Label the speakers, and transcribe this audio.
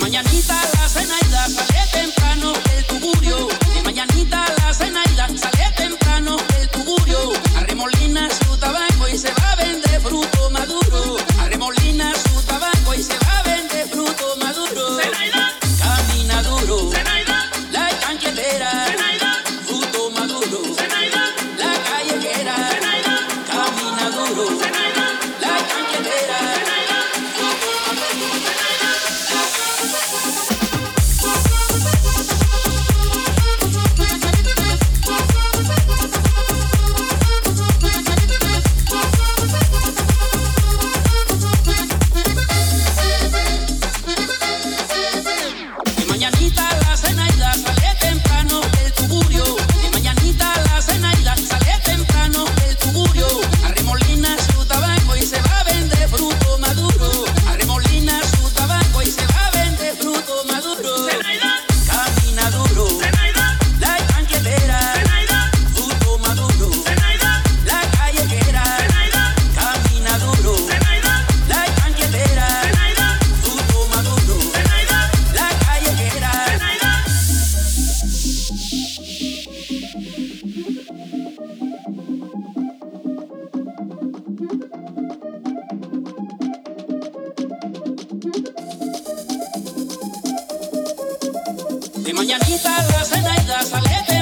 Speaker 1: mañanita la cenaida sale temprano del tugurio. De mañanita la cenaida sale temprano del tugurio. Arremolina su tabaco y se va a vender fruto maduro. Arremolina su tabaco y se va a vender fruto maduro.
Speaker 2: Zenaida.
Speaker 1: Camina duro.
Speaker 2: Zenaida,
Speaker 1: La chancletera.
Speaker 2: Zenaida,
Speaker 1: Fruto maduro.
Speaker 2: Zenaida,
Speaker 1: La callejera.
Speaker 2: Zenaida,
Speaker 1: Camina duro.
Speaker 2: Zenaida,
Speaker 1: La chancletera.
Speaker 2: Zenaida.
Speaker 1: De mañanita la cenaida sale temprano del tugurio. De mañanita la cenaida sale temprano del tugurio. Arremolina su tabaco y se va a vender fruto maduro. Arremolina su tabaco y se va a vender fruto maduro.
Speaker 2: Zenaida,
Speaker 1: Camina duro.
Speaker 2: Zenaida,
Speaker 1: La chancletera.
Speaker 2: Zenaida,
Speaker 1: Fruto maduro.
Speaker 2: Zenaida,
Speaker 1: La callejera.
Speaker 2: Zenaida,
Speaker 1: Camina duro.
Speaker 2: Zenaida,
Speaker 1: La chancletera.
Speaker 2: Zenaida,
Speaker 1: Fruto maduro.
Speaker 2: Zenaida,
Speaker 1: La callejera.
Speaker 2: Zenaida.
Speaker 1: De mañanita la cenaida sale temprano